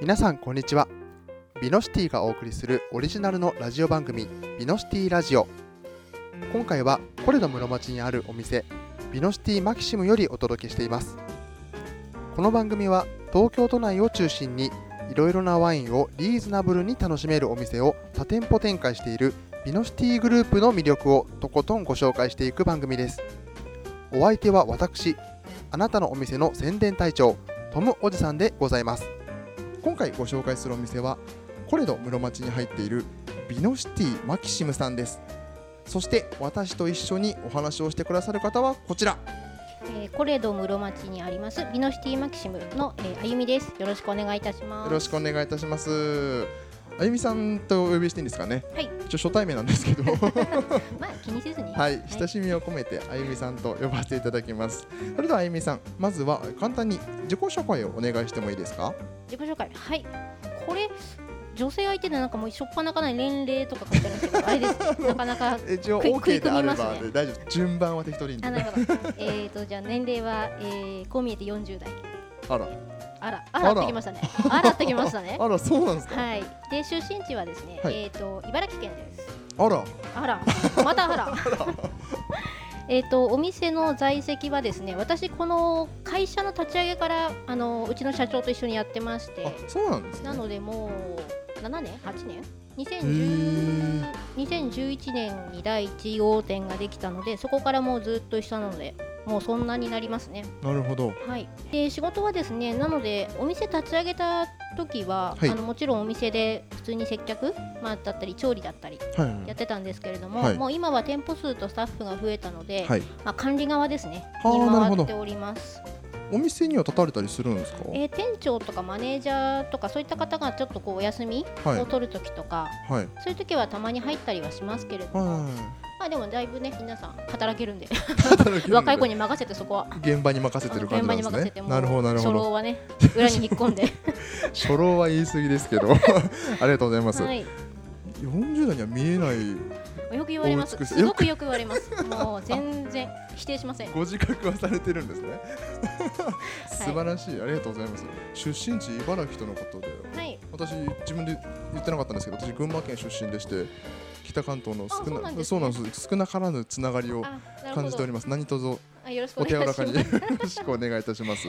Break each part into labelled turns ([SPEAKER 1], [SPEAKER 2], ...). [SPEAKER 1] 皆さんこんにちはビノシティがお送りするオリジナルのラジオ番組ビノシティラジオ今回はコレド室町にあるお店ビノシティマキシムよりお届けしていますこの番組は東京都内を中心にいろいろなワインをリーズナブルに楽しめるお店を多店舗展開しているビノシティグループの魅力をとことんご紹介していく番組ですお相手は私あなたのお店の宣伝隊長トムおじさんでございます今回ご紹介するお店はコレド室町に入っているビノシティマキシムさんですそして私と一緒にお話をしてくださる方はこちら
[SPEAKER 2] えー、コレド室町にありますビノシティマキシムの、えー、あゆみです。よろしくお願いいたします。
[SPEAKER 1] よろしくお願いいたしますあゆみさんとお呼びしていいんですかね
[SPEAKER 2] はい
[SPEAKER 1] 一応初対面なんですけど
[SPEAKER 2] まあ気にせずに。
[SPEAKER 1] はい親しみを込めてあゆみさんと呼ばせていただきますそれではあゆみさんまずは簡単に自己紹介をお願いしてもいいですか
[SPEAKER 2] 自己紹介。はい。これ女性相手でなんかもうしょっぱなから年齢とか書いてあるんですけど、あれです。 なかなか。
[SPEAKER 1] 一応
[SPEAKER 2] 食い
[SPEAKER 1] OK であれば
[SPEAKER 2] 食い込みます
[SPEAKER 1] で大丈夫です順番は適当でいいんで
[SPEAKER 2] あ、なるほど。えっとじゃあ年齢は、えー、こう見えて40代。
[SPEAKER 1] あら
[SPEAKER 2] あら、
[SPEAKER 1] あ
[SPEAKER 2] あ
[SPEAKER 1] ら
[SPEAKER 2] らってきまし たね。あらってきましたね。
[SPEAKER 1] あらそうなんですか
[SPEAKER 2] はい。で出身地はですね、
[SPEAKER 1] はい
[SPEAKER 2] えっ、と茨城県です。
[SPEAKER 1] あら
[SPEAKER 2] あら、またあら。えっとお店の在籍はですね、私この会社の立ち上げからあのうちの社長と一緒にやってまして
[SPEAKER 1] あ、そうなんですね
[SPEAKER 2] なのでもう7年、8年、
[SPEAKER 1] ー
[SPEAKER 2] 2010 2011年に第1号店ができたので、そこからもうずっと一緒なので、もうそんなになりますね。
[SPEAKER 1] なるほど
[SPEAKER 2] はい、で仕事はですねなのでお店立ち上げた時は、
[SPEAKER 1] はい
[SPEAKER 2] あのもちろんお店で普通に接客、まあ、だったり調理だったり
[SPEAKER 1] はい
[SPEAKER 2] やってたんですけれども、
[SPEAKER 1] はい
[SPEAKER 2] もう今は店舗数とスタッフが増えたので、
[SPEAKER 1] はい
[SPEAKER 2] まあ、管理側ですね
[SPEAKER 1] あー
[SPEAKER 2] に
[SPEAKER 1] なるほ
[SPEAKER 2] 回
[SPEAKER 1] ど
[SPEAKER 2] っております、
[SPEAKER 1] お店には立たれたりするんですか
[SPEAKER 2] えー店長とかマネージャーとかそういった方がちょっとこうお休み
[SPEAKER 1] はい
[SPEAKER 2] を取る時とか、
[SPEAKER 1] はい
[SPEAKER 2] そういう時はたまに入ったりはしますけれども、
[SPEAKER 1] は
[SPEAKER 2] まあ、でもだいぶね皆さん働けるんで
[SPEAKER 1] い
[SPEAKER 2] 若い子に任せてそこは。
[SPEAKER 1] 現場に任せてる感じ
[SPEAKER 2] 現
[SPEAKER 1] なんで
[SPEAKER 2] 場に
[SPEAKER 1] す
[SPEAKER 2] 任せ
[SPEAKER 1] ね
[SPEAKER 2] てもう
[SPEAKER 1] なるほどなるほ
[SPEAKER 2] 初
[SPEAKER 1] ど
[SPEAKER 2] 老はね裏に引っ込 んで
[SPEAKER 1] 初老は言い過ぎですけど ありがとうございます、
[SPEAKER 2] はい
[SPEAKER 1] 40代には見えない
[SPEAKER 2] よく言われます
[SPEAKER 1] 大美しい
[SPEAKER 2] すごくよく言われますもう全然否定しません
[SPEAKER 1] ご自覚はされてるんです ね素晴らしい、ありがとうございます出身地茨城とのことで
[SPEAKER 2] はい
[SPEAKER 1] 私自分で言ってなかったんですけど私群馬県出身でして北関東の少
[SPEAKER 2] あそうなんですね
[SPEAKER 1] そうなんです少なからぬつながりを
[SPEAKER 2] あなるほ
[SPEAKER 1] 感じてお
[SPEAKER 2] ど
[SPEAKER 1] ります何卒
[SPEAKER 2] あよろしくお
[SPEAKER 1] お手
[SPEAKER 2] 願
[SPEAKER 1] 柔
[SPEAKER 2] い
[SPEAKER 1] ら
[SPEAKER 2] し
[SPEAKER 1] か
[SPEAKER 2] ま
[SPEAKER 1] に
[SPEAKER 2] す
[SPEAKER 1] よ ろしくお願いいたします。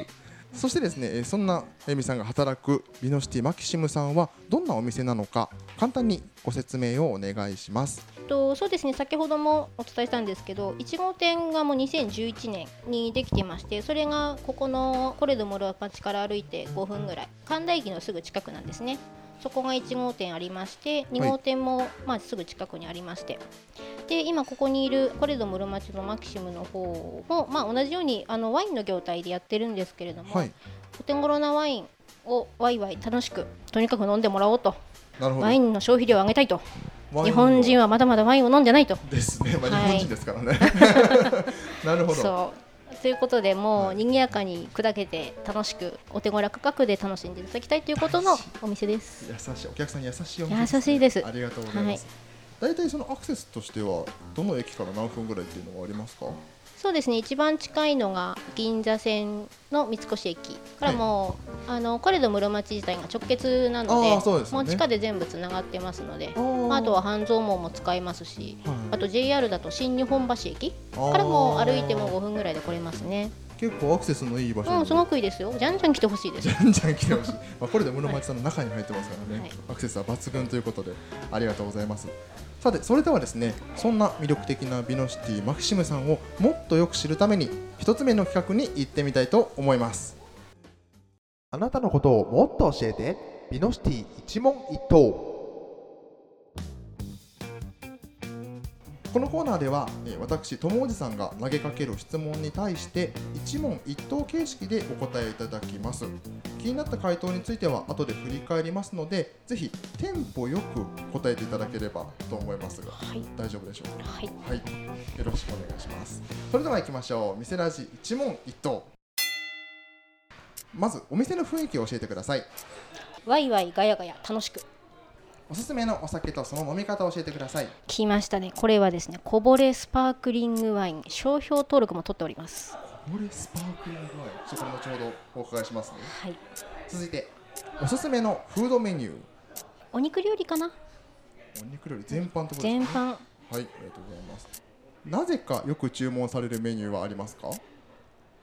[SPEAKER 1] そしてですね、えーそんなエミさんが働くビノシティマキシムさんはどんなお店なのか簡単にご説明をお願いします。
[SPEAKER 2] とそうですね先ほどもお伝えしたんですけど1号店がもう2011年にできてましてそれがここのコレド室町から歩いて5分ぐらい神田駅のすぐ近くなんですねそこが1号店ありまして2号店もまあすぐ近くにありまして、で今ここにいるコレド室町のマキシムの方も、まあ、同じようにあのワインの業態でやってるんですけれども、
[SPEAKER 1] はい、
[SPEAKER 2] お手頃なワインをワイワイ楽しくとにかく飲んでもらおうと
[SPEAKER 1] なるほど。
[SPEAKER 2] ワインの消費量を上げたいと
[SPEAKER 1] ワイン
[SPEAKER 2] 日本人はまだまだワインを飲んでないと。
[SPEAKER 1] ですね、まあ、
[SPEAKER 2] は
[SPEAKER 1] 日本
[SPEAKER 2] い
[SPEAKER 1] 人ですから ね。なるほど。
[SPEAKER 2] そうということでも
[SPEAKER 1] は
[SPEAKER 2] う
[SPEAKER 1] い
[SPEAKER 2] 賑やかに砕けて楽しくお手頃価格で楽しんでいただきたいということのお店です。
[SPEAKER 1] 優しいお客さんに優しいお店
[SPEAKER 2] 優
[SPEAKER 1] です
[SPEAKER 2] しいです
[SPEAKER 1] あ。りがとうございます。大体そのアクセスとしてはどの駅から何分ぐらいっていうのはありますか。
[SPEAKER 2] そうですね。一番近いのが銀座線の三越駅からもう、あのコレド室町自体が直結なの
[SPEAKER 1] あー
[SPEAKER 2] で、
[SPEAKER 1] そうですよ
[SPEAKER 2] も
[SPEAKER 1] ね
[SPEAKER 2] う地下で全部つながってますので、
[SPEAKER 1] ー
[SPEAKER 2] まあ、あとは半蔵門も使えますし、
[SPEAKER 1] はい
[SPEAKER 2] あと JR だと新日本橋駅
[SPEAKER 1] あー
[SPEAKER 2] からも歩いても5分ぐらいで来れますね。
[SPEAKER 1] 結構アクセスのいい場所。
[SPEAKER 2] うん、すごくいいですよ。じゃんじゃん来てほしいです
[SPEAKER 1] じ。ゃんじゃん来て ほしい、まあ、これで室町さんの中に入ってますからね、
[SPEAKER 2] はい
[SPEAKER 1] アクセスは抜群ということでありがとうございますさてそれではですねそんな魅力的なビノシティマキシムさんをもっとよく知るために一つ目の企画に行ってみたいと思いますあなたのことをもっと教えてビノシティ一問一答このコーナーではえー私友おじさんが投げかける質問に対して一問一答形式でお答えいただきます気になった回答については後で振り返りますのでぜひテンポよく答えていただければと思いますが
[SPEAKER 2] はい。
[SPEAKER 1] 大丈夫でしょうか
[SPEAKER 2] はい。
[SPEAKER 1] はいよろしくお願いしますそれでは行きましょう店ラジ一問一答まずお店の雰囲気を教えてください
[SPEAKER 2] ワイワイガヤガヤ楽しく。
[SPEAKER 1] おすすめのお酒とその飲み方を教えてください
[SPEAKER 2] 来ましたね。これはですね、こぼれスパークリングワイン、商標登録も取っております。
[SPEAKER 1] これスパークリングワインちょっとこれもちょうどお伺いしますね
[SPEAKER 2] はい。
[SPEAKER 1] 続いておすすめのフードメニュー
[SPEAKER 2] お肉料理かな
[SPEAKER 1] お肉料理全般ってことです
[SPEAKER 2] 全
[SPEAKER 1] ね
[SPEAKER 2] 般
[SPEAKER 1] はいありがとうございますなぜかよく注文されるメニューはありますかへ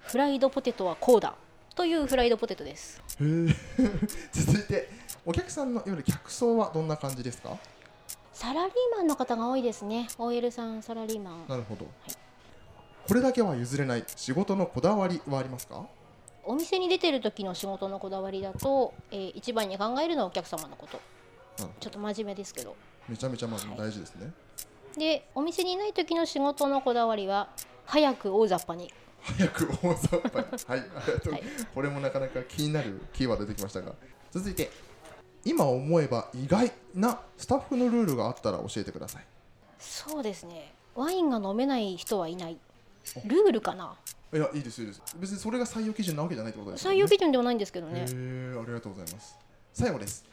[SPEAKER 2] フライドポテトはこうだというフライドポテトです
[SPEAKER 1] え 続いてお客さんのいわゆる客層はどんな感じですか
[SPEAKER 2] サラリーマンの方が多いですね OL さんサラリーマン
[SPEAKER 1] なるほど、これだけは譲れない仕事のこだわりはありますか
[SPEAKER 2] お店に出てる時の仕事のこだわりだと、えー一番に考えるのはお客様のこと
[SPEAKER 1] なるほど
[SPEAKER 2] ちょっと真面目ですけど
[SPEAKER 1] めちゃめちゃまず大事ですね、
[SPEAKER 2] でお店にいない時の仕事のこだわりは早く大雑把に
[SPEAKER 1] 早く大雑把にはいありがとう、
[SPEAKER 2] はい
[SPEAKER 1] これもなかなか気になるキーワード出てきましたが続いて今思えば意外なスタッフのルールがあったら教えてください
[SPEAKER 2] そうですねワインが飲めない人はいないルールかない
[SPEAKER 1] やいいですいいです別にそれが採用基準なわけじゃないってことですよ
[SPEAKER 2] 採
[SPEAKER 1] ね
[SPEAKER 2] 用基準ではないんですけどね
[SPEAKER 1] へえありがとうございます最後です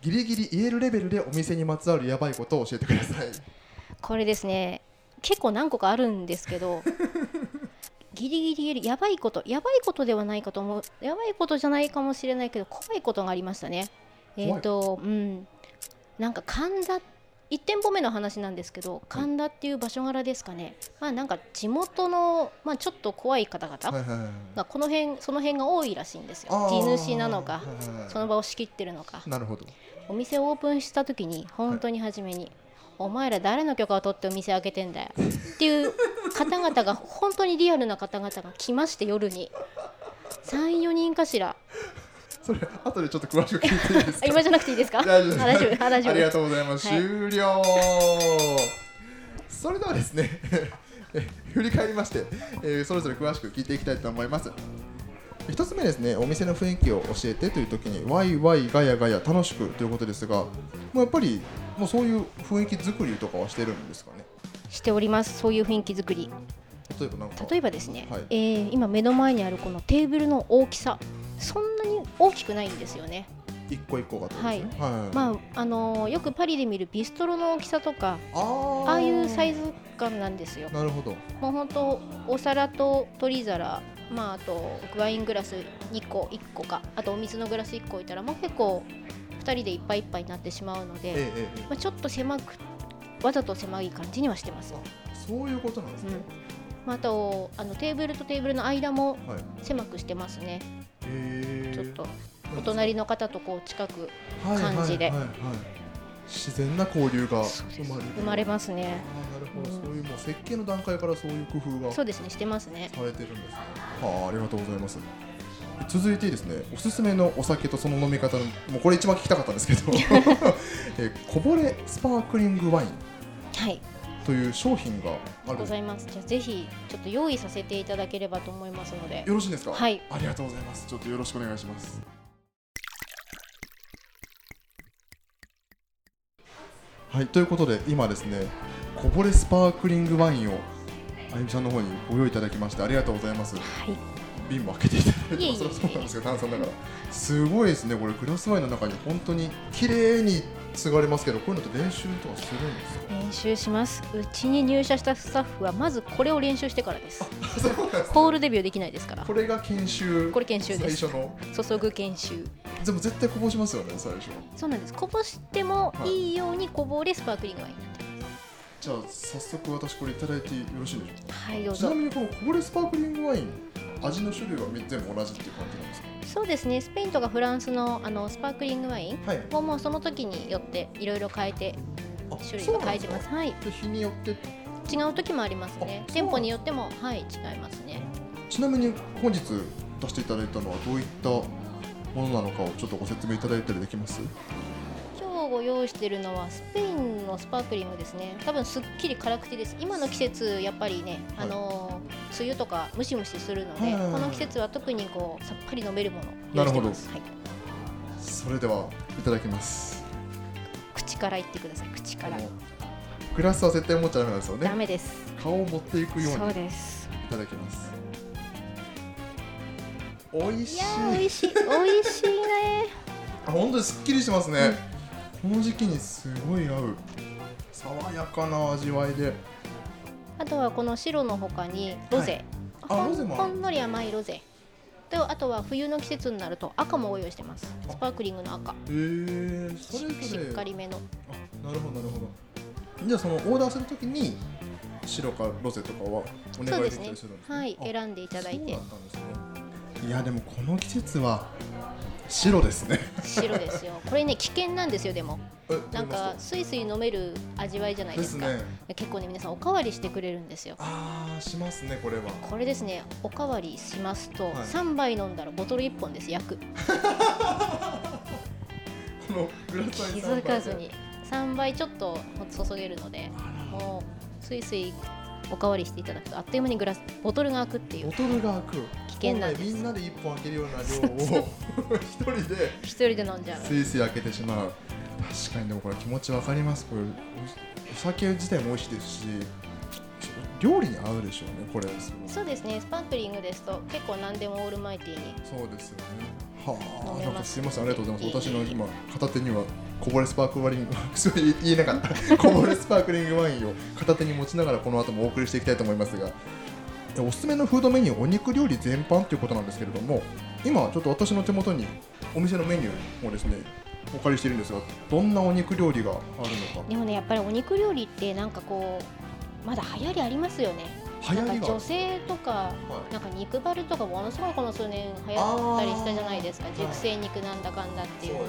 [SPEAKER 1] ギリギリ言えるレベルでお店にまつわるやばいことを教えてください
[SPEAKER 2] これですね結構何個かあるんです けどギリギリよりやばいことやばいことではないかと思うやばいことじゃないかもしれないけど怖いことがありましたねえっ、とうんなんか神田1店舗目の話なんですけど神田っていう場所柄ですかね、まあなんか地元の、まあ、ちょっと怖い方々
[SPEAKER 1] はいはいはい
[SPEAKER 2] がこの辺その辺が多いらしいんですよ
[SPEAKER 1] あ
[SPEAKER 2] 地
[SPEAKER 1] ー
[SPEAKER 2] 主なのか
[SPEAKER 1] はいはいはい
[SPEAKER 2] その場を仕切ってるのか
[SPEAKER 1] なるほど
[SPEAKER 2] お店をオープンした時に本当に初めに、お前ら誰の許可を取ってお店開けてんだよ」っていう方々が本当にリアルな方々が来まして夜に34人かしら
[SPEAKER 1] それ後でちょっと詳しく聞いていいです
[SPEAKER 2] あ
[SPEAKER 1] か
[SPEAKER 2] 今じゃなくていいですか
[SPEAKER 1] 大丈夫です
[SPEAKER 2] あ大丈夫あ大丈
[SPEAKER 1] ありが
[SPEAKER 2] 夫
[SPEAKER 1] とうございます、
[SPEAKER 2] はい
[SPEAKER 1] 終了それではですね え振り返りまして、えーそれぞれ詳しく聞いていきたいと思います一つ目ですねお店の雰囲気を教えてという時にワイワイガヤガヤ楽しくということですがもうやっぱりもうそういう雰囲気作りとかはしてるんですかね
[SPEAKER 2] しておりますそういう雰囲気作り
[SPEAKER 1] 例えばなんか
[SPEAKER 2] 例えばですね、
[SPEAKER 1] はい
[SPEAKER 2] えー今目の前にあるこのテーブルの大きさそんなに大きくないんですよね
[SPEAKER 1] 一個一個がってことですねはい、
[SPEAKER 2] まああのーよくパリで見るビストロの大きさとか
[SPEAKER 1] あー
[SPEAKER 2] ああいうサイズ感なんですよ
[SPEAKER 1] なるほど
[SPEAKER 2] もう本当お皿と取り皿まああとワイングラス2個1個かあとお水のグラス1個置いたらもう結構2人でいっぱいいっぱいになってしまうの
[SPEAKER 1] ええ
[SPEAKER 2] で、
[SPEAKER 1] えええ
[SPEAKER 2] まあ、ちょっと狭くわざと狭い感じにはしてます、
[SPEAKER 1] えそういうことなんです
[SPEAKER 2] う
[SPEAKER 1] ね、
[SPEAKER 2] んまあ、あとあのテーブルとテーブルの間も
[SPEAKER 1] はいへ
[SPEAKER 2] 狭くしてますね
[SPEAKER 1] え
[SPEAKER 2] ちょっとお隣の方とこう近く
[SPEAKER 1] 感
[SPEAKER 2] 感じで
[SPEAKER 1] はいはいはいはい、自然な交流が生まれる
[SPEAKER 2] 生まれます
[SPEAKER 1] あ
[SPEAKER 2] ね
[SPEAKER 1] ーなるほど、
[SPEAKER 2] うん
[SPEAKER 1] そういうもう設計の段階からそういう工夫が
[SPEAKER 2] そ
[SPEAKER 1] さ
[SPEAKER 2] うですねしてます
[SPEAKER 1] れ
[SPEAKER 2] ね
[SPEAKER 1] てるんですねはあありがとうございます続いてですねおすすめのお酒とその飲み方のもうこれ一番聞きたかったんですけ どえこぼれスパークリングワイン
[SPEAKER 2] はい
[SPEAKER 1] という商品がある
[SPEAKER 2] ございますじゃあぜひちょっと用意させていただければと思いますので
[SPEAKER 1] よろしいですか
[SPEAKER 2] はい
[SPEAKER 1] ありがとうございますちょっとよろしくお願いしますはいということで今ですねこぼれスパークリングワインをあゆみさんの方にご用意いただきましてありがとうございます
[SPEAKER 2] はい
[SPEAKER 1] 瓶も開けていただい
[SPEAKER 2] いえ
[SPEAKER 1] て
[SPEAKER 2] いえい
[SPEAKER 1] ま
[SPEAKER 2] え
[SPEAKER 1] すそりゃそうなんですけど炭酸だからすごいですねこれグラスワインの中に本当に綺麗に継がれますけどこういうのって練習とかするんですか
[SPEAKER 2] 練習しますうちに入社したスタッフはまずこれを練習してからです
[SPEAKER 1] そうなんです
[SPEAKER 2] ホールデビューできないですから
[SPEAKER 1] これが研修
[SPEAKER 2] これ研修です
[SPEAKER 1] 最初の
[SPEAKER 2] 注ぐ研修
[SPEAKER 1] でも絶対こぼしますよね最初
[SPEAKER 2] そうなんですこぼしてもいいようにこぼれスパークリングワインになって
[SPEAKER 1] じゃあ早速私これいただいてよろしいでしょうか
[SPEAKER 2] ますはいどう
[SPEAKER 1] ちな
[SPEAKER 2] ぞ
[SPEAKER 1] みにこのこぼれスパークリングワイン味の種類は全部同じっていう感じなんですか
[SPEAKER 2] そうですねスペインとかフランスのあのスパークリングワイン
[SPEAKER 1] はい
[SPEAKER 2] をもうその時によっていろいろ変えて種類を変えてますはい
[SPEAKER 1] で日によって
[SPEAKER 2] 違う時もありますね
[SPEAKER 1] あそうなんです
[SPEAKER 2] 店舗によってもはい違いますね
[SPEAKER 1] ちなみに本日出していただいたのはどういったものなのかをちょっとご説明いただいたりできます
[SPEAKER 2] 今日ご用意しているのはスペインのスパークリングですね多分すっきり辛口です今の季節やっぱりね、
[SPEAKER 1] はい
[SPEAKER 2] あのー梅雨とかムシムシするので、
[SPEAKER 1] はいはいはい
[SPEAKER 2] この季節は特にこうさっぱり飲めるもの
[SPEAKER 1] なるほ
[SPEAKER 2] 用意して
[SPEAKER 1] ど
[SPEAKER 2] ます、はい、
[SPEAKER 1] それではいただきます
[SPEAKER 2] 口から言ってください口から、
[SPEAKER 1] あのグラスは絶対持っちゃダメなんですよ
[SPEAKER 2] ダ
[SPEAKER 1] ね
[SPEAKER 2] メです
[SPEAKER 1] 顔を持っていくようにい
[SPEAKER 2] そうです
[SPEAKER 1] ただきます美味
[SPEAKER 2] い
[SPEAKER 1] しい
[SPEAKER 2] やー美味しい美味しいね
[SPEAKER 1] あ本当にすっきりしてますね、この時期にすごい合う爽やかな味わいで
[SPEAKER 2] あとはこの白の他にロゼ、
[SPEAKER 1] あ
[SPEAKER 2] ほん
[SPEAKER 1] ロゼもあ
[SPEAKER 2] ほ
[SPEAKER 1] る
[SPEAKER 2] んのり甘いロゼとあとは冬の季節になると赤もご用意してますスパークリングの赤
[SPEAKER 1] えー、
[SPEAKER 2] し
[SPEAKER 1] それ
[SPEAKER 2] し
[SPEAKER 1] ぞれ
[SPEAKER 2] っかりめの
[SPEAKER 1] あなるほどなるほどじゃあそのオーダーするときに白かロゼとかはお願いできたりするんですか
[SPEAKER 2] はい
[SPEAKER 1] あ
[SPEAKER 2] 選んでいただいて
[SPEAKER 1] そうだったんですねいやでもこの季節は白ですね
[SPEAKER 2] 白ですよこれね危険なんですよでも
[SPEAKER 1] え
[SPEAKER 2] なんかスイスイ飲める味わいじゃない
[SPEAKER 1] で
[SPEAKER 2] ですす
[SPEAKER 1] ね
[SPEAKER 2] か結構ね皆さんおかわりしてくれるんですよ
[SPEAKER 1] ああしますねこれは
[SPEAKER 2] これですねおかわりしますと、
[SPEAKER 1] はい
[SPEAKER 2] 3杯飲んだらボトル1本です約
[SPEAKER 1] このグラタン三
[SPEAKER 2] 気
[SPEAKER 1] 杯
[SPEAKER 2] づ
[SPEAKER 1] で
[SPEAKER 2] かずに3杯ちょっと注げるので
[SPEAKER 1] あ
[SPEAKER 2] もうスイスイおかわりしていただくとあっという間にグラスボトルが開くってい
[SPEAKER 1] らボト
[SPEAKER 2] う
[SPEAKER 1] ルが開く
[SPEAKER 2] 危険なんです
[SPEAKER 1] 本来みんなで一本開けるような量を 一人で
[SPEAKER 2] 一人で飲んじゃう
[SPEAKER 1] スイスイ開けてしまう確かにでもこれ気持ちわかりますこれお酒自体も美味しいですし料理に合うでしょうねこれすごい
[SPEAKER 2] そうですねスパークリングですと結構何でもオールマイティーに
[SPEAKER 1] そうですよねはあ
[SPEAKER 2] 飲めます
[SPEAKER 1] なんかすいませんありがとうございます私
[SPEAKER 2] いえいえ
[SPEAKER 1] の今片手にはこぼれスパークワリング そう言い言えなかったこぼれスパークリングワインを片手に持ちながらこの後もお送りしていきたいと思いますがえおすすめのフードメニューお肉料理全般ということなんですけれども今ちょっと私の手元にお店のメニューをですねお借りしているんですがどんなお肉料理があるのか
[SPEAKER 2] でもねやっぱりお肉料理ってなんかこうまだ流行りありますよね
[SPEAKER 1] 流
[SPEAKER 2] なん
[SPEAKER 1] 行り
[SPEAKER 2] か
[SPEAKER 1] が
[SPEAKER 2] 女性とか
[SPEAKER 1] はい
[SPEAKER 2] なんか肉バルとかものすごいこの数年流行ったりしたじゃないですか
[SPEAKER 1] あー
[SPEAKER 2] 熟成肉なんだかんだっていうのが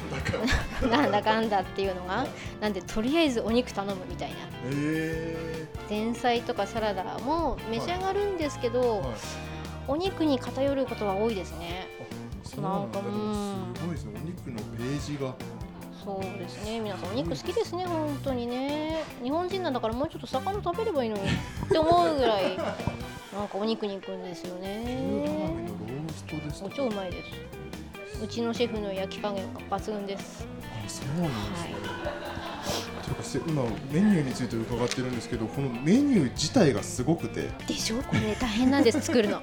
[SPEAKER 1] そうですねだから
[SPEAKER 2] なんだかんだっていうのがなんでとりあえずお肉頼むみたいな
[SPEAKER 1] え
[SPEAKER 2] 前菜とかサラダも召し上がるんですけど、
[SPEAKER 1] ーはい
[SPEAKER 2] お肉に偏ることは多いですね
[SPEAKER 1] そうなんだ
[SPEAKER 2] なんかうん
[SPEAKER 1] すごいですねお肉のページが
[SPEAKER 2] そうですね皆さんお肉好きですね本当にね日本人なんだからもうちょっと魚食べればいいのにって思うぐら いなんかお肉に行くんですよ
[SPEAKER 1] 牛タラミ
[SPEAKER 2] ね
[SPEAKER 1] のローストですと
[SPEAKER 2] お
[SPEAKER 1] か
[SPEAKER 2] 超うまいですうちのシェフの焼き加減が抜群です
[SPEAKER 1] あそうなんですね、というかせ今メニューについて伺ってるんですけどこのメニュー自体がすごくて
[SPEAKER 2] でしょこれね大変 なんです作るの
[SPEAKER 1] あ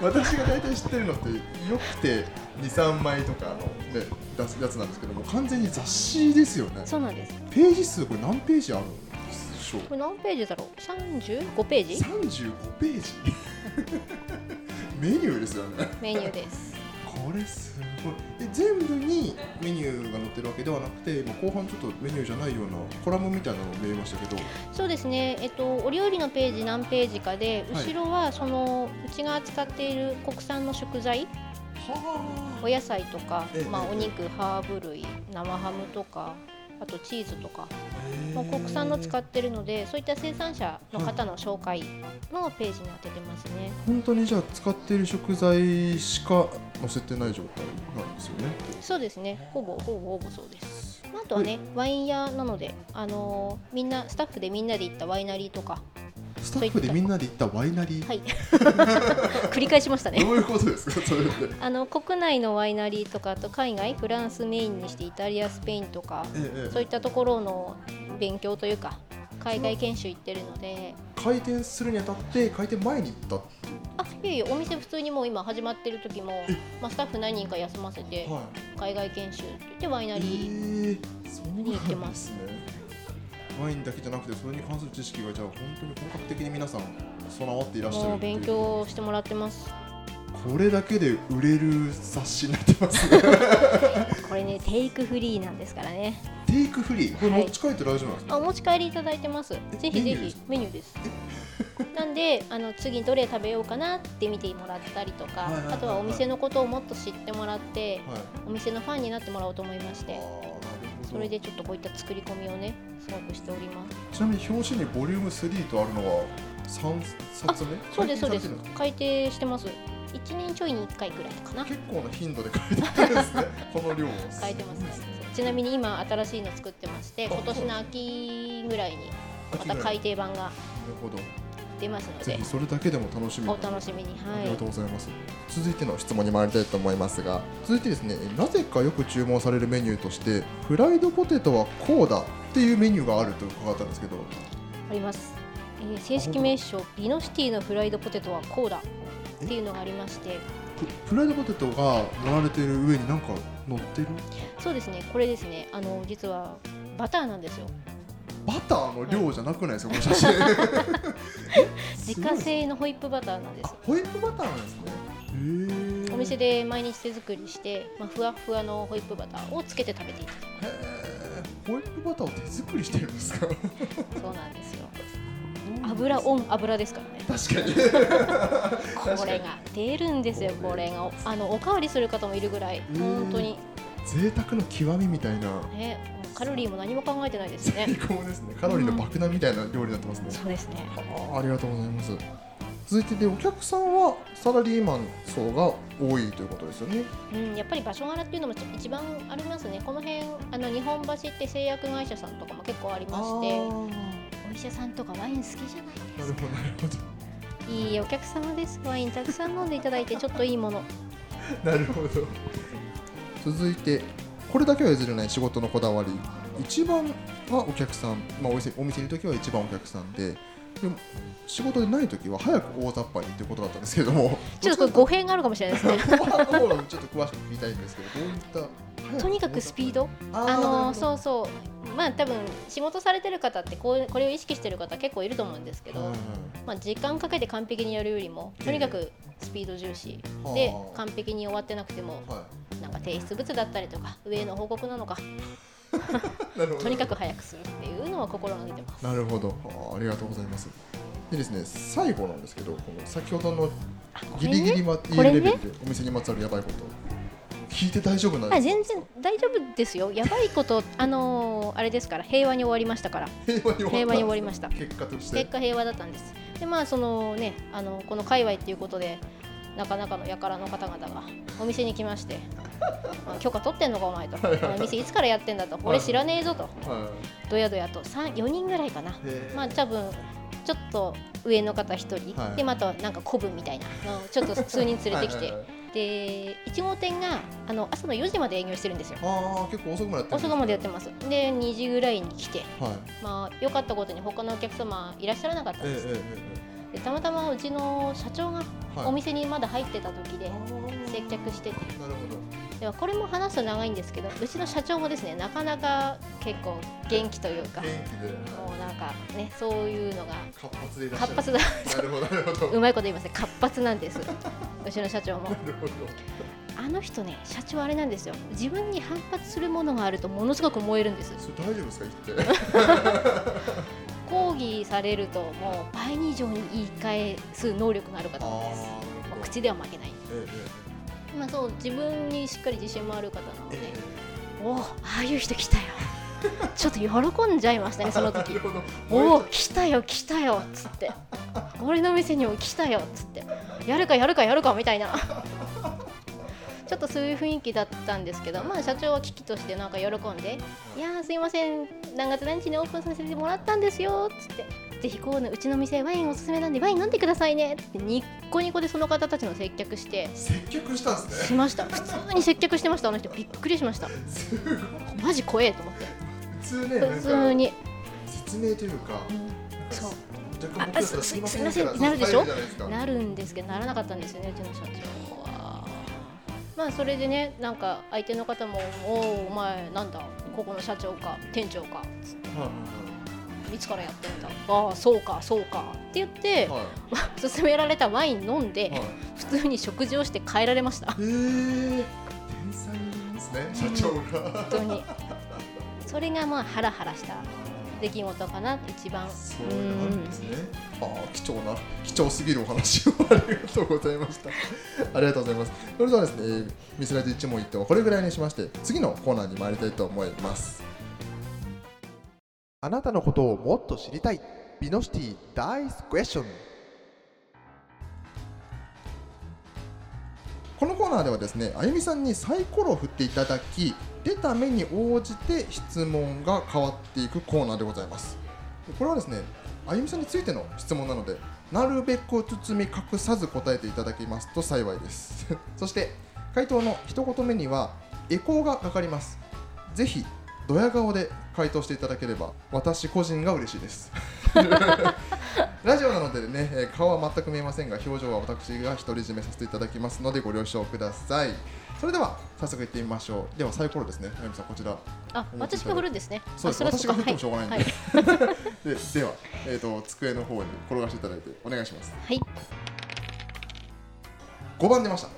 [SPEAKER 1] の私が大体知ってるのってよくて23枚とかの、ね、出すやつなんですけども完全に雑誌ですよね
[SPEAKER 2] そうなんです
[SPEAKER 1] ページ数これ何ページあるんでしょう
[SPEAKER 2] これ何ページだろう35ページ
[SPEAKER 1] 35ページ メニューですよね
[SPEAKER 2] メニューです
[SPEAKER 1] これすごいえ全部にメニューが載ってるわけではなくて今後半ちょっとメニューじゃないようなコラムみたいなのを見えましたけど
[SPEAKER 2] そうですね、えっと、お料理のページ何ページかで
[SPEAKER 1] はい
[SPEAKER 2] 後ろはそのうちが扱っている国産の食材
[SPEAKER 1] は
[SPEAKER 2] お野菜とか
[SPEAKER 1] ええ、
[SPEAKER 2] まあ、
[SPEAKER 1] ええ
[SPEAKER 2] お肉ハーブ類生ハムとかあとチーズとか
[SPEAKER 1] あ
[SPEAKER 2] もう国産の使
[SPEAKER 1] っ
[SPEAKER 2] ってるのでそういった生産者の方の紹介のページに当ててますね。
[SPEAKER 1] 本当にじゃあ使っている食材しか載せてない状態なんですよね
[SPEAKER 2] そうですねほぼほぼほぼそうです、まあ、あとはねワイン屋なので、あのーみんなスタッフでみんなで行ったワイナリーとか
[SPEAKER 1] スタッフでみんなで行ったワイナリー、
[SPEAKER 2] はい 繰り返しましたね
[SPEAKER 1] どういうことですかそれっ て
[SPEAKER 2] あの国内のワイナリーとかあと海外フランスメインにしてイタリアスペインとか
[SPEAKER 1] え
[SPEAKER 2] そういったところの勉強というか海外研修行ってるので
[SPEAKER 1] 回転するにあたって回転前に行っ
[SPEAKER 2] あいやいやお店普通にもう今始まってる時も、まあ、スタッフ何人か休ませて
[SPEAKER 1] たは
[SPEAKER 2] 海外研修って言ってワイ
[SPEAKER 1] い
[SPEAKER 2] ナ
[SPEAKER 1] え
[SPEAKER 2] リ
[SPEAKER 1] ー、
[SPEAKER 2] ー
[SPEAKER 1] そうなん
[SPEAKER 2] に行って
[SPEAKER 1] で
[SPEAKER 2] ますす
[SPEAKER 1] ねワインだけじゃなくてそれに関する知識がじゃあ本当に本格的に皆さん備わっていらっしゃる
[SPEAKER 2] もう
[SPEAKER 1] っていう
[SPEAKER 2] 勉強してもらってます
[SPEAKER 1] これだけで売れる冊子になって ますね
[SPEAKER 2] これねテイクフリーなんですからね
[SPEAKER 1] テイクフリーこれ持ち帰って大丈夫なんですか、
[SPEAKER 2] あお持ち帰りいただいてますぜひ
[SPEAKER 1] メニ
[SPEAKER 2] ぜ
[SPEAKER 1] ューで
[SPEAKER 2] ひ
[SPEAKER 1] すか
[SPEAKER 2] メニューですなんであの次どれ食べようかなって見てもらったりとか、
[SPEAKER 1] はいはいはいはい
[SPEAKER 2] あとはお店のことをもっと知ってもらっ
[SPEAKER 1] は
[SPEAKER 2] て、
[SPEAKER 1] い
[SPEAKER 2] お店のファンになってもらおうと思いまし
[SPEAKER 1] あー
[SPEAKER 2] て
[SPEAKER 1] なるほど
[SPEAKER 2] それでちょっとこういった作り込みをねすごくしております
[SPEAKER 1] ちなみに表紙にボリューム3とあるのは3冊目
[SPEAKER 2] そうですそ
[SPEAKER 1] 最近
[SPEAKER 2] うです
[SPEAKER 1] されてるんか
[SPEAKER 2] 改訂してます1年ちょいに1回くらいかな
[SPEAKER 1] 結構な頻度で書いてあるんです ねこの量を
[SPEAKER 2] 変えてます
[SPEAKER 1] ご
[SPEAKER 2] ね
[SPEAKER 1] いでね
[SPEAKER 2] ちなみに今新しいの作ってまして
[SPEAKER 1] あ
[SPEAKER 2] 今年の秋ぐらいにまた
[SPEAKER 1] 秋ぐらい
[SPEAKER 2] 改訂版が
[SPEAKER 1] なるほど
[SPEAKER 2] 出ますの
[SPEAKER 1] ぜ
[SPEAKER 2] で
[SPEAKER 1] ひそれだけでも楽しみ
[SPEAKER 2] お
[SPEAKER 1] だ
[SPEAKER 2] 楽しみに
[SPEAKER 1] あり
[SPEAKER 2] は
[SPEAKER 1] が
[SPEAKER 2] い
[SPEAKER 1] とうございます続いての質問に参りたいと思いますが続いてですねなぜかよく注文されるメニューとしてフライドポテトはこうだっていうメニューがあると伺ったんですけど
[SPEAKER 2] あります、えー正式名称ビノシティのフライドポテトはこうだっていうのがありまして
[SPEAKER 1] フフライドポテトが盛られている上になんか乗ってる
[SPEAKER 2] そうですねこれですねあの実はバターなんですよ
[SPEAKER 1] バターの量じゃなくないですか、この写真
[SPEAKER 2] 自家製のホイップバターなんで
[SPEAKER 1] あ
[SPEAKER 2] す
[SPEAKER 1] ホイップバターなんですねへ
[SPEAKER 2] お店で毎日手作りして、まあ、ふわっふわのホイップバターをつけて食べていた
[SPEAKER 1] ホイップバターを手作りしてるんですか
[SPEAKER 2] そうなんですよ油オン油ですからね
[SPEAKER 1] 確かに
[SPEAKER 2] これが出るんですよこれがあのおかわりする方もいるぐら
[SPEAKER 1] ん
[SPEAKER 2] い本当に
[SPEAKER 1] 贅沢の極みみたいな
[SPEAKER 2] ねもうカロリーも何も考えてないです
[SPEAKER 1] 最
[SPEAKER 2] ね
[SPEAKER 1] 高ですねカロリーの爆弾みたいな料理になってますね、
[SPEAKER 2] そうですね
[SPEAKER 1] あーありがとうございます続いてでお客さんはサラリーマン層が多いということですよね
[SPEAKER 2] うん、やっぱり場所柄っていうのも一番ありますねこの辺あの日本橋って製薬会社さんとかも結構ありまして
[SPEAKER 1] ー
[SPEAKER 2] お医者さんとかワイン好きじゃな
[SPEAKER 1] な
[SPEAKER 2] い
[SPEAKER 1] るほどなるほど
[SPEAKER 2] いいお客様です。ワインたくさん飲んでいただいて、ちょっといいもの。
[SPEAKER 1] なるほど 続いてこれだけは譲れない仕事のこだわり一番はお客さん、まあ、お店お店にいる時は一番お客さんででも仕事でない時は早く大雑把にっていうことだったんですけども
[SPEAKER 2] ちょっとこれ語弊があるかもしれないです ね。
[SPEAKER 1] ここはもうちょっと詳しく聞きたいんですけどどういった
[SPEAKER 2] とにかくスピード。
[SPEAKER 1] あ
[SPEAKER 2] あの
[SPEAKER 1] う
[SPEAKER 2] そうそう。まあ多分仕事されてる方ってこうこれを意識してる方結構いると思うんですけど、まあ、時間かけて完璧にやるよりもとにかくスピード重視
[SPEAKER 1] はあ
[SPEAKER 2] で完璧に終わってなくても
[SPEAKER 1] は
[SPEAKER 2] なんか提出物だったりとか上への報告なのか
[SPEAKER 1] い、なるほど
[SPEAKER 2] とにかく早くするっていうのは心がけてます。
[SPEAKER 1] なるほどあーありがとうございますでですね最後なんですけどこの先ほどの
[SPEAKER 2] あこ
[SPEAKER 1] ギ
[SPEAKER 2] れ
[SPEAKER 1] リギリ
[SPEAKER 2] ね
[SPEAKER 1] ま
[SPEAKER 2] これ
[SPEAKER 1] レ
[SPEAKER 2] ね
[SPEAKER 1] ベルでお店にまつわるやばいこと聞いて大丈夫なん
[SPEAKER 2] あ
[SPEAKER 1] ですか
[SPEAKER 2] 全然大丈夫ですよ。やばいこと、あのーあれですから、平和に終わりましたから。
[SPEAKER 1] 平和に終わった
[SPEAKER 2] 平和に終わりました
[SPEAKER 1] 結果として
[SPEAKER 2] 結果平和だったんですでまあそのねあのこの界隈っていうことでなかなかの輩の方々がお店に来まして 「まあ許可取ってんのかお 前」と「お店いつからやってんだ」と「俺知らねえぞ」と
[SPEAKER 1] は
[SPEAKER 2] どやどやと4人ぐらいかない
[SPEAKER 1] で
[SPEAKER 2] まあ多分ちょっと上の方1
[SPEAKER 1] は
[SPEAKER 2] 人
[SPEAKER 1] い
[SPEAKER 2] でまたなんか古文みたいなのをちょっと数人連れてき
[SPEAKER 1] はい
[SPEAKER 2] て
[SPEAKER 1] はいはい
[SPEAKER 2] で1号店があの朝の4時まで営業してるんですよ
[SPEAKER 1] ああ結構遅くまでやってるん
[SPEAKER 2] 遅くまでやって
[SPEAKER 1] す
[SPEAKER 2] ますで2時ぐらいに来て
[SPEAKER 1] ねはい
[SPEAKER 2] まあ良かったことに他のお客様いらっしゃらなかったん
[SPEAKER 1] ええ
[SPEAKER 2] です
[SPEAKER 1] ええ
[SPEAKER 2] でたまたまうちの社長が
[SPEAKER 1] ええはい
[SPEAKER 2] お店にまだ入ってた時で
[SPEAKER 1] あー
[SPEAKER 2] 接客してて
[SPEAKER 1] なるほど
[SPEAKER 2] ではこれも話すと長いんですけどうちの社長もですねなかなか結構元気というか
[SPEAKER 1] 元気で
[SPEAKER 2] もうなんかねそういうのが
[SPEAKER 1] 活発でいらっしゃ
[SPEAKER 2] 活
[SPEAKER 1] る
[SPEAKER 2] 発
[SPEAKER 1] な
[SPEAKER 2] だ
[SPEAKER 1] るほどなるほど
[SPEAKER 2] うまいこと言いますね活発なん ですうちの社長
[SPEAKER 1] な
[SPEAKER 2] も
[SPEAKER 1] るほど
[SPEAKER 2] あの人ね社長あれなんですよ自分に反発するものがあるとものすごく燃えるんです
[SPEAKER 1] それ大丈夫ですか言って
[SPEAKER 2] 抗議されるともう倍以上に言い返す能力のある方なんです
[SPEAKER 1] あー
[SPEAKER 2] もう口では負けない
[SPEAKER 1] ええ
[SPEAKER 2] まあそう自分にしっかり自信もある方なの
[SPEAKER 1] ええ
[SPEAKER 2] で、
[SPEAKER 1] ええ
[SPEAKER 2] おおああいう人来 たよちょっと喜んじゃいましたねその時
[SPEAKER 1] なるほど
[SPEAKER 2] おお来たよ来たよっつって俺の店にも来たよっつってやるかやるかやるかみたいな ちょっとそういう雰囲気だったんですけどまあ社長は危機としてなんか喜んで「いやーすいません何月何日にオープンさせてもらったんですよ」っつって「ぜひこうのうちの店ワインおすすめなんでワイン飲んでくださいね」っつってニッコニコでその方たちの接客して
[SPEAKER 1] 接客したんです
[SPEAKER 2] し
[SPEAKER 1] ね
[SPEAKER 2] ました普通に接客してましたあの人びっくりしました
[SPEAKER 1] すごい
[SPEAKER 2] マジ怖えと思って
[SPEAKER 1] 普通ね
[SPEAKER 2] 普通に
[SPEAKER 1] 説明というか
[SPEAKER 2] そう
[SPEAKER 1] 若干僕だったら
[SPEAKER 2] あ
[SPEAKER 1] す
[SPEAKER 2] す
[SPEAKER 1] いません
[SPEAKER 2] すいま
[SPEAKER 1] っ
[SPEAKER 2] せん
[SPEAKER 1] てなるじゃないですか
[SPEAKER 2] なるんですけどならなかったんですよねうちの社長はまあそれでねなんか相手の方も「おおお前なんだここの社長か店長かつって
[SPEAKER 1] はい
[SPEAKER 2] つからやってんだああそうかそうか」って言って
[SPEAKER 1] い、はいは
[SPEAKER 2] まあ勧められたワイン飲んで、
[SPEAKER 1] いはい
[SPEAKER 2] 普通に食事をして帰られました
[SPEAKER 1] へえ天才ですね社長が
[SPEAKER 2] 本当にそれがまあハラハラした出来事かな一番
[SPEAKER 1] そういうのあるんですねああ貴重な貴重すぎるお話をありがとうございましたありがとうございますそれではですねえーミスラジ一問一答はこれぐらいにしまして次のコーナーに参りたいと思います
[SPEAKER 3] あなたのことをもっと知りたいビノシティ大クエスチョン
[SPEAKER 1] このコーナーではですねあゆみさんにサイコロを振っていただき出た目に応じて質問が変わっていくコーナーでございますこれはですねあゆみさんについての質問なのでなるべく包み隠さず答えていただきますと幸いです そして回答の一言目にはエコーがかかりますぜひドヤ顔で回答していただければ私個人が嬉しいです ラジオなのでね、えー顔は全く見えませんが、表情は私が独り占めさせていただきますので、ご了承ください。それでは、早速いってみましょう。では、サイコロですね、あゆみさん、こちら。
[SPEAKER 2] あ私が振るんですね
[SPEAKER 1] そうです
[SPEAKER 2] あれは
[SPEAKER 1] 私が振ってもしょうがないんで
[SPEAKER 2] はい、は い
[SPEAKER 1] ででは、えーと、机の方に転がしていただいて、お願いします。
[SPEAKER 2] はい
[SPEAKER 1] 5番出ました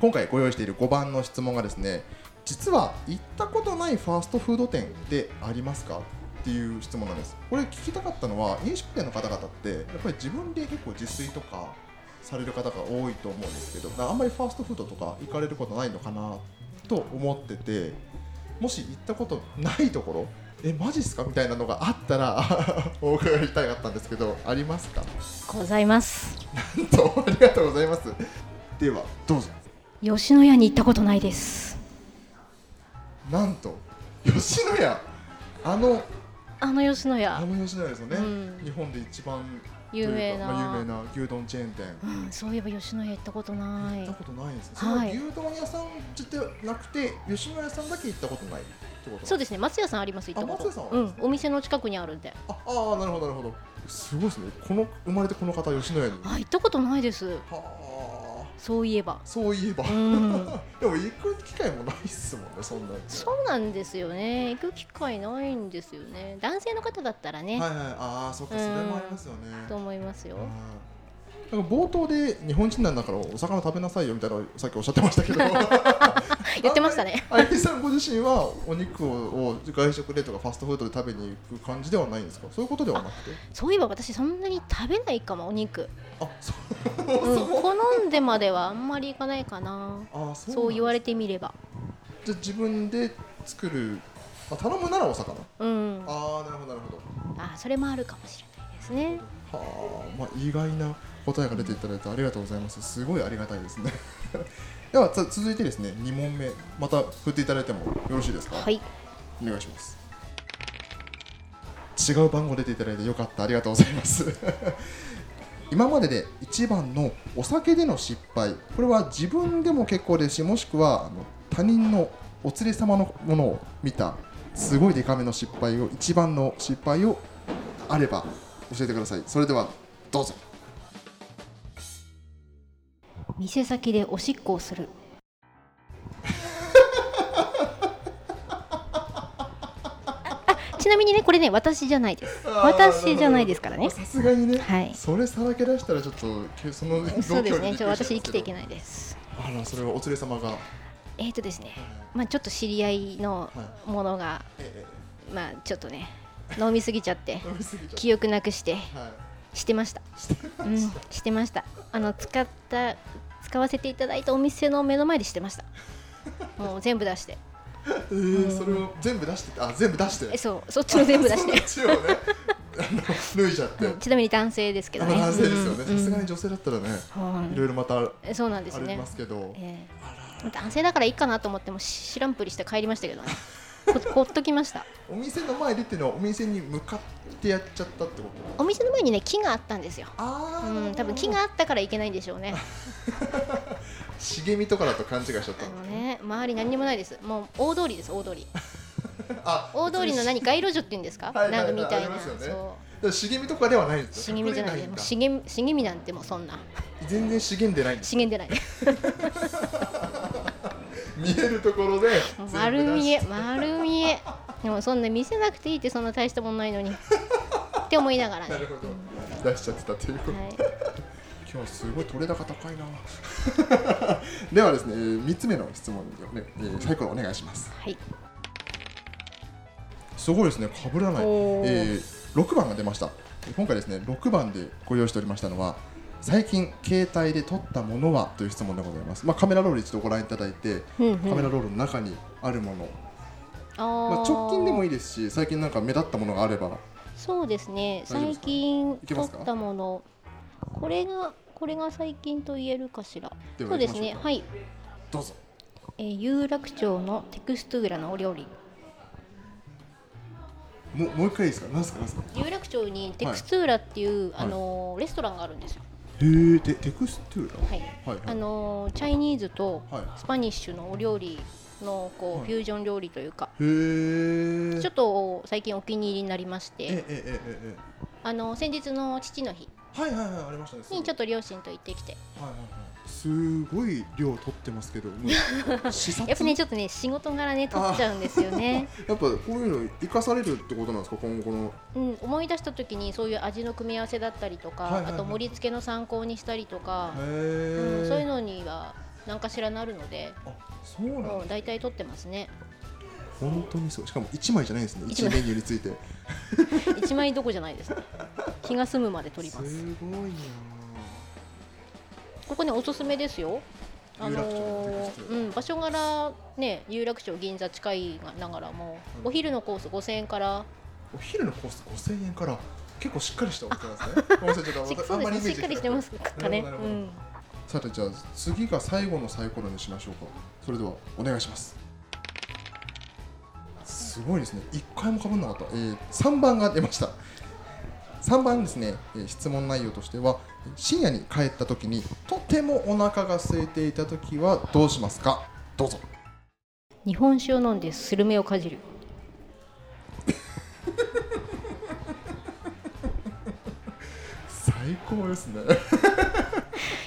[SPEAKER 1] 今回ご用意している5番の質問がですね実は行ったことないファーストフード店でありますかっていう質問なんですこれ聞きたかったのは飲食店の方々ってやっぱり自分で結構自炊とかされる方が多いと思うんですけどだからあんまりファーストフードとか行かれることないのかなと思っててもし行ったことないところえマジっすかみたいなのがあったら お伺いしたかったんですけどありますか
[SPEAKER 2] ございます
[SPEAKER 1] とありがとうございますではどうぞ
[SPEAKER 2] 吉野家に行ったことないです
[SPEAKER 1] なんと吉野家あの
[SPEAKER 2] あの吉野
[SPEAKER 1] あ
[SPEAKER 2] 家、
[SPEAKER 1] の吉野家ですよね、
[SPEAKER 2] うん
[SPEAKER 1] 日本で一番
[SPEAKER 2] 有名な
[SPEAKER 1] というかまあ、有名な牛丼チェーン店
[SPEAKER 2] うん、そういえば吉野家行ったことな
[SPEAKER 1] 行っ
[SPEAKER 2] い
[SPEAKER 1] たことないですね、
[SPEAKER 2] はい
[SPEAKER 1] それは牛丼屋さんじゃなくて吉野家さんだけ行ったことないってこと
[SPEAKER 2] そう
[SPEAKER 1] です
[SPEAKER 2] ですね松屋さんあります行ったこと
[SPEAKER 1] あ松屋さんあるんですね
[SPEAKER 2] うん、お店の近くにあるんで
[SPEAKER 1] ああーなるほどなるほどすごいですねこの生まれてこの方吉野家に
[SPEAKER 2] あ行ったことないです
[SPEAKER 1] はあ
[SPEAKER 2] そういえば
[SPEAKER 1] そういえば、
[SPEAKER 2] うん
[SPEAKER 1] でも行く機会もないっすもんねそんなに
[SPEAKER 2] そうなんですよね行く機会ないんですよね男性の方だったらね、
[SPEAKER 1] はいはいああそっかそれもありますよね
[SPEAKER 2] と思いますよ
[SPEAKER 1] なんか冒頭で日本人なんだからお魚食べなさいよみたいなのさっきおっしゃってましたけど
[SPEAKER 2] 言ってましたね
[SPEAKER 1] あゆみさんご自身はお肉を外食でとかファストフードで食べに行く感じではないんですかそういうことではなくて
[SPEAKER 2] そういえば私そんなに食べないかもお 肉、
[SPEAKER 1] あそう
[SPEAKER 2] うん、好んでまではあんまりいかないかな
[SPEAKER 1] あーそう
[SPEAKER 2] そう言われ
[SPEAKER 1] て
[SPEAKER 2] てみれば
[SPEAKER 1] じゃあ自分で作るあ頼むならお魚
[SPEAKER 2] うんあ
[SPEAKER 1] ああなるほどなるほど
[SPEAKER 2] それもあるかもしれないですね
[SPEAKER 1] はあ、まあ、意外な答えが出ていただいてありがとうございます。すごいありがたいですね。 では、つ続いてですね、2問目、また振っていただいてもよろしいですか。
[SPEAKER 2] はい
[SPEAKER 1] お願いします。違う番号出ていただいてよかった、ありがとうございます。 今までで一番のお酒での失敗、これは自分でも結構ですし、もしくはあの他人のお連れ様のものを見た、すごいデカめの失敗を、一番の失敗をあれば教えてください。それではどうぞ。
[SPEAKER 2] 店先でおしっこをするあちなみにねこれね私じゃないです私じゃないですからね
[SPEAKER 1] さすがにね、
[SPEAKER 2] はい
[SPEAKER 1] それさらけ出したらちょっとけその
[SPEAKER 2] そうですねちょっと私生きていけ
[SPEAKER 1] ない
[SPEAKER 2] ないです
[SPEAKER 1] あらそれはお連れ様が、はい
[SPEAKER 2] えーとですねまあちょっと知り合いのものが
[SPEAKER 1] え
[SPEAKER 2] まあちょっとね飲みすぎちゃって
[SPEAKER 1] え飲みすぎちゃ
[SPEAKER 2] 記憶なくして
[SPEAKER 1] ったはい
[SPEAKER 2] してましたうんしてましたあの使った使わせていただいたお店の目の前でしてましたもう全部出して
[SPEAKER 1] えーそれを全部出してあ全部出して
[SPEAKER 2] えそうそっちの全部出して
[SPEAKER 1] そっちをねあの脱いじゃって、
[SPEAKER 2] うんちなみに男性ですけど
[SPEAKER 1] あ
[SPEAKER 2] ね
[SPEAKER 1] の男性ですよね、
[SPEAKER 2] うん
[SPEAKER 1] さすがに女性だったらね、
[SPEAKER 2] うん
[SPEAKER 1] いろいろまたあ
[SPEAKER 2] えそうなんです
[SPEAKER 1] り
[SPEAKER 2] ね
[SPEAKER 1] ますけど、
[SPEAKER 2] ええ男性だからいいかなと思ってもし知らんぷりして帰りましたけどね ほほっときました
[SPEAKER 1] お店の前でっていうのはお店に向かってやっちゃったってこと
[SPEAKER 2] お店の前にね木があったんですよ
[SPEAKER 1] ああ、
[SPEAKER 2] うん、多分木があったからいけないんでしょうね。
[SPEAKER 1] 茂みとかだと勘違いしちゃっ
[SPEAKER 2] あ
[SPEAKER 1] た
[SPEAKER 2] のね、周り何にもないです。もう大通りです、大通り。
[SPEAKER 1] あ
[SPEAKER 2] 大通りの 何街路樹って言うんですか？
[SPEAKER 1] はいはい
[SPEAKER 2] な
[SPEAKER 1] はい
[SPEAKER 2] んかみたい
[SPEAKER 1] あり
[SPEAKER 2] な。
[SPEAKER 1] ますよね
[SPEAKER 2] そ
[SPEAKER 1] だから茂みとかではないんで
[SPEAKER 2] う、
[SPEAKER 1] すよ
[SPEAKER 2] 茂みじゃないです。もう茂み茂みなんてもうそんな
[SPEAKER 1] 全然資源でないんです
[SPEAKER 2] 茂んでない。
[SPEAKER 1] 見えるところで
[SPEAKER 2] もう
[SPEAKER 1] 全
[SPEAKER 2] 丸
[SPEAKER 1] 部出
[SPEAKER 2] 見
[SPEAKER 1] し
[SPEAKER 2] え、丸見え。でもそんな見せなくていいってそんな大したもんないのに。って思いながらね。
[SPEAKER 1] な
[SPEAKER 2] は
[SPEAKER 1] るほど出しちゃってたということ、
[SPEAKER 2] い。
[SPEAKER 1] 今日すごい取れ高高いな ではですね3つ目の質問をね、えー、サイコロお願いします
[SPEAKER 2] はい。
[SPEAKER 1] すごいですねかぶらない、え
[SPEAKER 2] おー
[SPEAKER 1] ー、6番が出ました今回ですね6番でご用意しておりましたのは最近携帯で撮ったものはという質問でございます、まあ、カメラロール一度ご覧いただいて
[SPEAKER 2] うんうん
[SPEAKER 1] カメラロールの中にあるもの、
[SPEAKER 2] あ
[SPEAKER 1] まあ、直近でも
[SPEAKER 2] いい。
[SPEAKER 1] いいですし最近なんか目立ったものがあれば
[SPEAKER 2] そうですね。
[SPEAKER 1] 大丈夫で
[SPEAKER 2] 最
[SPEAKER 1] すか
[SPEAKER 2] 近
[SPEAKER 1] いけま
[SPEAKER 2] 撮
[SPEAKER 1] すか
[SPEAKER 2] ったもの、これがこれが最近と言えるかしら。
[SPEAKER 1] では
[SPEAKER 2] そうです
[SPEAKER 1] 行
[SPEAKER 2] ね。
[SPEAKER 1] きましょうか
[SPEAKER 2] はい。
[SPEAKER 1] どうぞ
[SPEAKER 2] えー有楽町のテクストゥーラのお料理
[SPEAKER 1] もうもう一回いいですか何ですか何ですか
[SPEAKER 2] 有楽町にテクストゥーラっていう、
[SPEAKER 1] はい
[SPEAKER 2] あのーレストランがあるんですよ、
[SPEAKER 1] へえ、テテクストゥーラ。
[SPEAKER 2] はい
[SPEAKER 1] はいはい
[SPEAKER 2] あのーチャイニーズと
[SPEAKER 1] はい
[SPEAKER 2] スパニッシュのお料理のこう、
[SPEAKER 1] はい
[SPEAKER 2] フュージョン料理というか
[SPEAKER 1] へえ。
[SPEAKER 2] ちょっと最近お気に入りになりまし
[SPEAKER 1] ええ
[SPEAKER 2] て
[SPEAKER 1] ええええ。
[SPEAKER 2] あのー先日の父の日
[SPEAKER 1] はいはいはいありましたね。
[SPEAKER 2] にちょっ
[SPEAKER 1] っ
[SPEAKER 2] と両親と行ってきて
[SPEAKER 1] と。はいはいはい。すごい量取ってますけど、も う視察
[SPEAKER 2] やっぱねちょっとね仕事柄ね取っちゃうんですよね、
[SPEAKER 1] やっぱこういうの生かされるってことなんですか今後の
[SPEAKER 2] うん、思い出した時にそういう味の組み合わせだったりとか、
[SPEAKER 1] はいはいはい
[SPEAKER 2] あと盛り付けの参考にしたりとか、
[SPEAKER 1] へ
[SPEAKER 2] う
[SPEAKER 1] え
[SPEAKER 2] ん、そういうのには何かしらなるので、
[SPEAKER 1] あそうなん
[SPEAKER 2] も
[SPEAKER 1] だ
[SPEAKER 2] う大体取ってますね
[SPEAKER 1] 本当にそうしかも一枚じゃないんですね
[SPEAKER 2] 一
[SPEAKER 1] 一メ
[SPEAKER 2] 枚
[SPEAKER 1] ニューについて
[SPEAKER 2] 一枚どこじゃない ですね気が済むまで取ります
[SPEAKER 1] ごいな
[SPEAKER 2] ここねおすすめですよあ
[SPEAKER 1] 有楽町のテ
[SPEAKER 2] の
[SPEAKER 1] クスト
[SPEAKER 2] ーうん、場所柄ね有楽町銀座近いながらも、
[SPEAKER 1] うん
[SPEAKER 2] お昼のコース5000円から
[SPEAKER 1] お昼のコース五千円から結構しっかりしたお店なんですねごめんなさいちょっ
[SPEAKER 2] し
[SPEAKER 1] と
[SPEAKER 2] そうですねしっかりしてますすかね
[SPEAKER 1] なる
[SPEAKER 2] う
[SPEAKER 1] ほどなる
[SPEAKER 2] ん
[SPEAKER 1] さてじゃあ次が最後のサイコロにしましょうかそれではお願いしますすごいですね一回もかぶんなかった、えー、3番が出ました3番ですね、えー質問内容としては深夜に帰った時にとてもお腹が空いていた時はどうしますかどうぞ
[SPEAKER 2] 日本酒を飲んでスルメをかじる
[SPEAKER 1] 最高ですね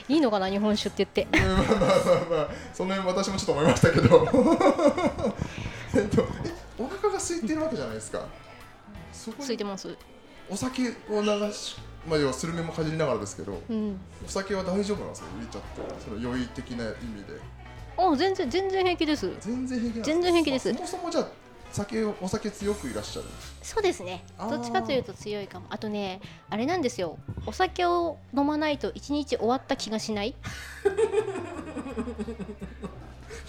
[SPEAKER 2] いいのかな日本酒って言って
[SPEAKER 1] まあまあまあまあ その辺私もちょっと思いましたけ どえっとえお腹が空いてるわけじゃないですかそこ
[SPEAKER 2] つい
[SPEAKER 1] に
[SPEAKER 2] てます
[SPEAKER 1] お酒を流しまあ要はスルメもかじりながらですけど
[SPEAKER 2] うん
[SPEAKER 1] お酒は大丈夫なんですか入れちゃってその酔い的な意味で
[SPEAKER 2] あ全然全然平気です
[SPEAKER 1] 全然平気なん
[SPEAKER 2] 全然平気です
[SPEAKER 1] そもそもじゃあ酒をお酒強くいらっしゃる
[SPEAKER 2] そうですね
[SPEAKER 1] あー
[SPEAKER 2] どっちかというと強いかもあとねあれなんですよお酒を飲まないと一日終わった気がしない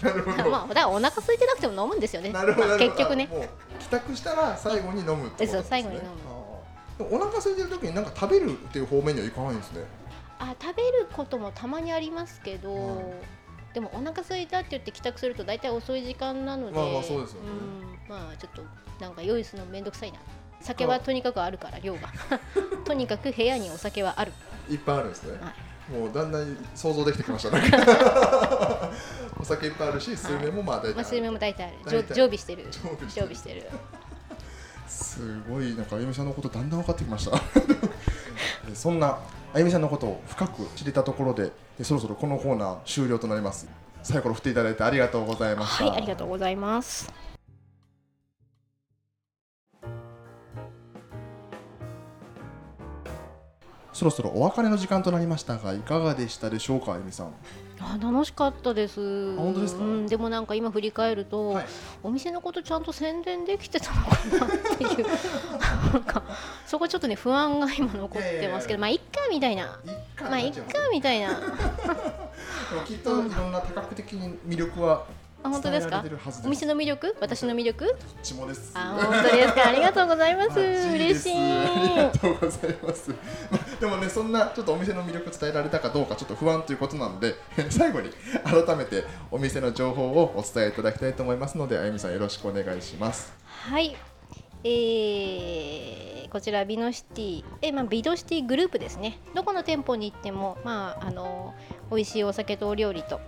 [SPEAKER 1] なるほど、
[SPEAKER 2] まあだからお腹空いてなくても飲むんですよね
[SPEAKER 1] なるほど
[SPEAKER 2] ま
[SPEAKER 1] な
[SPEAKER 2] あ
[SPEAKER 1] るほど
[SPEAKER 2] 結局ね
[SPEAKER 1] あもう帰宅したら最後に飲むってことです
[SPEAKER 2] そ
[SPEAKER 1] ね
[SPEAKER 2] う最後に飲む
[SPEAKER 1] あーでもお腹空いてる時になんか食べるっていう方面にはいかないんですね
[SPEAKER 2] あ食べることもたまにありますけど、
[SPEAKER 1] うん
[SPEAKER 2] でもお腹空いたって言って帰宅すると大体遅い時間なので
[SPEAKER 1] まあまあそうですよね
[SPEAKER 2] うんまあちょっとなんか用意するのめんどくさいな酒はとにかくあるから 量がとにかく部屋にお酒はある、
[SPEAKER 1] いっぱいあるんですね
[SPEAKER 2] は
[SPEAKER 1] もうだんだん想像できてきましたね お酒いっぱいあるしスルメもまあ大
[SPEAKER 2] い、まあ
[SPEAKER 1] 体あ
[SPEAKER 2] 睡
[SPEAKER 1] る
[SPEAKER 2] 眠も大体ある
[SPEAKER 1] 大体
[SPEAKER 2] 常常備してる
[SPEAKER 1] 常備して
[SPEAKER 2] 常
[SPEAKER 1] る
[SPEAKER 2] 備してる
[SPEAKER 1] すごいなんかあゆみさんのことだんだん分かってきました えそんなあゆみさんのことを深く知れたところでえそろそろこのコーナー終了となりますサイコロ振っていただいてありがとうございました
[SPEAKER 2] はいありがとうございます
[SPEAKER 1] そろそろお別れの時間となりましたがいかがでしたでしょうかあゆみさん
[SPEAKER 2] あ楽しかったです。
[SPEAKER 1] あ本当ですか
[SPEAKER 2] うん、でもなんか今振り返ると、
[SPEAKER 1] はい
[SPEAKER 2] お店のことちゃんと宣伝できてたのかなっていうなんかそこちょっとね不安が今残ってますけど、まあいっかみたいな。
[SPEAKER 1] 一回
[SPEAKER 2] まあいっかみたいな。
[SPEAKER 1] きっといろんな多角的に魅力は
[SPEAKER 2] あ本当です
[SPEAKER 1] 伝
[SPEAKER 2] か
[SPEAKER 1] えられてるはずです
[SPEAKER 2] お店の魅力？私の魅力？
[SPEAKER 1] ちもです
[SPEAKER 2] あ本当ですか。ありがとうございます。
[SPEAKER 1] バッチリで
[SPEAKER 2] 嬉
[SPEAKER 1] す
[SPEAKER 2] しい。
[SPEAKER 1] ありがとうございます。まあでもね、そんなちょっとお店の魅力伝えられたかどうかちょっと不安ということなので、 最後に改めてお店の情報をお伝えいただきたいと思いますので、あゆみさんよろしくお願いします。
[SPEAKER 2] はい。えーこちらビノシティ、えまあ、ビノシティグループですねどこの店舗に行っても、まあ、あの美味しいお酒とお料理と、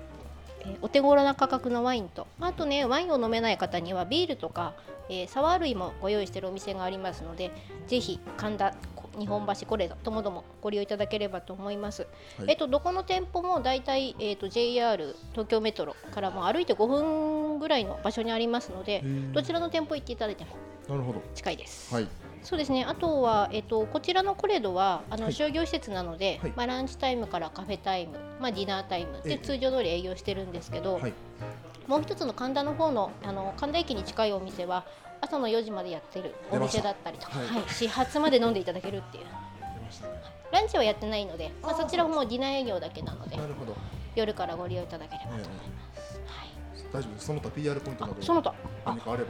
[SPEAKER 2] えーお手頃な価格のワインとあとねワインを飲めない方にはビールとか、えーサワー類もご用意しているお店がありますのでぜひ神田こ日本橋これぞともどもご利用いただければと思います、
[SPEAKER 1] はい
[SPEAKER 2] えっとどこの店舗も大体、えー、と JR 東京メトロからも歩いて5分ぐらいの場所にありますのでどちらの店舗行っていただいても
[SPEAKER 1] なるほど。
[SPEAKER 2] 近いです。
[SPEAKER 1] はい。
[SPEAKER 2] そうですね。あとはえっとこちらのコレドはあの、
[SPEAKER 1] はい
[SPEAKER 2] 商業施設なので、
[SPEAKER 1] はい
[SPEAKER 2] まあランチタイムからカフェタイム、まあディナータイム
[SPEAKER 1] ええ
[SPEAKER 2] で通常通り営業してるんですけど、
[SPEAKER 1] はい。
[SPEAKER 2] もう一つの神田の方のあの神田駅に近いお店は朝の4時までやってるお
[SPEAKER 1] 出ました
[SPEAKER 2] 店だったりとか、
[SPEAKER 1] はい
[SPEAKER 2] はい、始発まで飲んでいただけるっていう。
[SPEAKER 1] 出ましたね
[SPEAKER 2] ランチはやってないので、まあ
[SPEAKER 1] あー
[SPEAKER 2] そちらももうディナー営業だけなので
[SPEAKER 1] な、るほど。
[SPEAKER 2] 夜からご利用いただければと思い
[SPEAKER 1] え
[SPEAKER 2] ます。はい。
[SPEAKER 1] 大丈夫です。その他 PR ポイントな
[SPEAKER 2] あ、
[SPEAKER 1] ど
[SPEAKER 2] その他、あ
[SPEAKER 1] 何、かあれば。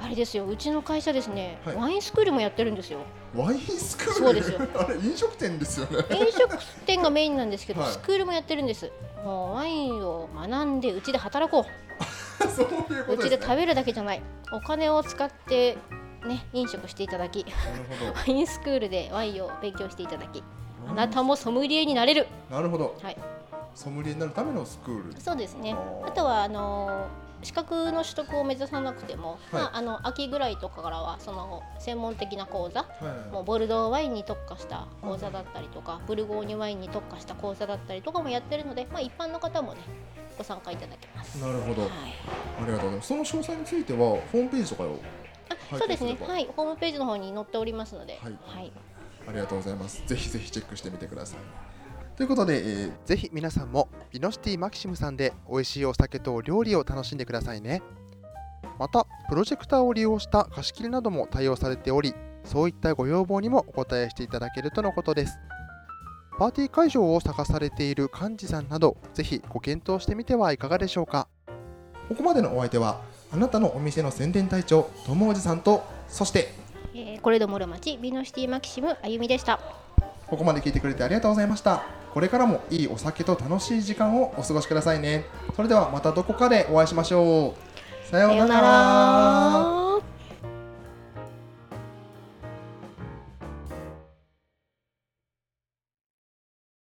[SPEAKER 2] あれですよ。うちの会社ですね、
[SPEAKER 1] はい
[SPEAKER 2] ワインスクールもやってるんですよ。
[SPEAKER 1] ワインスクール。
[SPEAKER 2] そうですよ
[SPEAKER 1] あれ飲食店ですよね。
[SPEAKER 2] 飲食店がメインなんですけど、
[SPEAKER 1] はい
[SPEAKER 2] スクールもやってるんですもうワインを学んでうちで働こ
[SPEAKER 1] そういう
[SPEAKER 2] う
[SPEAKER 1] こ
[SPEAKER 2] う
[SPEAKER 1] と
[SPEAKER 2] ち
[SPEAKER 1] で
[SPEAKER 2] です食
[SPEAKER 1] ね。
[SPEAKER 2] べるだけじゃないお金を使ってね飲食していただき
[SPEAKER 1] なるほど。
[SPEAKER 2] ワインスクールでワインを勉強していただきあなたもソムリエになれる
[SPEAKER 1] なるほど。
[SPEAKER 2] はい
[SPEAKER 1] ソムリエになるためのスクール。
[SPEAKER 2] そうですね
[SPEAKER 1] おー
[SPEAKER 2] あとはあのー資格の取得を目指さなくても、
[SPEAKER 1] い
[SPEAKER 2] まあ、あの秋ぐらいとかからはその専門的な講座
[SPEAKER 1] はいはい
[SPEAKER 2] もうボルドーワインに特化した講座だったりとかブルゴーニュワインに特化した講座だったりとかもやってるので、まあ、一般の方もねご参加いただけます。
[SPEAKER 1] なるほど
[SPEAKER 2] はい
[SPEAKER 1] ありがとうございますその詳細についてはホームページとかを
[SPEAKER 2] あそうです
[SPEAKER 1] 拝見
[SPEAKER 2] ね
[SPEAKER 1] すれ、ば
[SPEAKER 2] はい、ホームページの方に載っておりますので、
[SPEAKER 1] はい
[SPEAKER 2] はい、
[SPEAKER 1] ありがとうございますぜひぜひチェックしてみてくださいということで、えー
[SPEAKER 3] ぜひ皆さんもビノシティマキシムさんで美味しいお酒とお料理を楽しんでくださいねまたプロジェクターを利用した貸し切りなども対応されておりそういったご要望にもお答えしていただけるとのことですパーティー会場を探されている幹事さんなどぜひご検討してみてはいかがでしょうか
[SPEAKER 1] ここまでのお相手はあなたのお店の宣伝隊長ともおじさんとそして
[SPEAKER 2] えー、これどもろ町ビノシティマキシムあゆみでした。
[SPEAKER 1] ここまで聞いてくれてありがとうございましたこれからもいいお酒と楽しい時間をお過ごしくださいねそれではまたどこかでお会いしましょうさようなら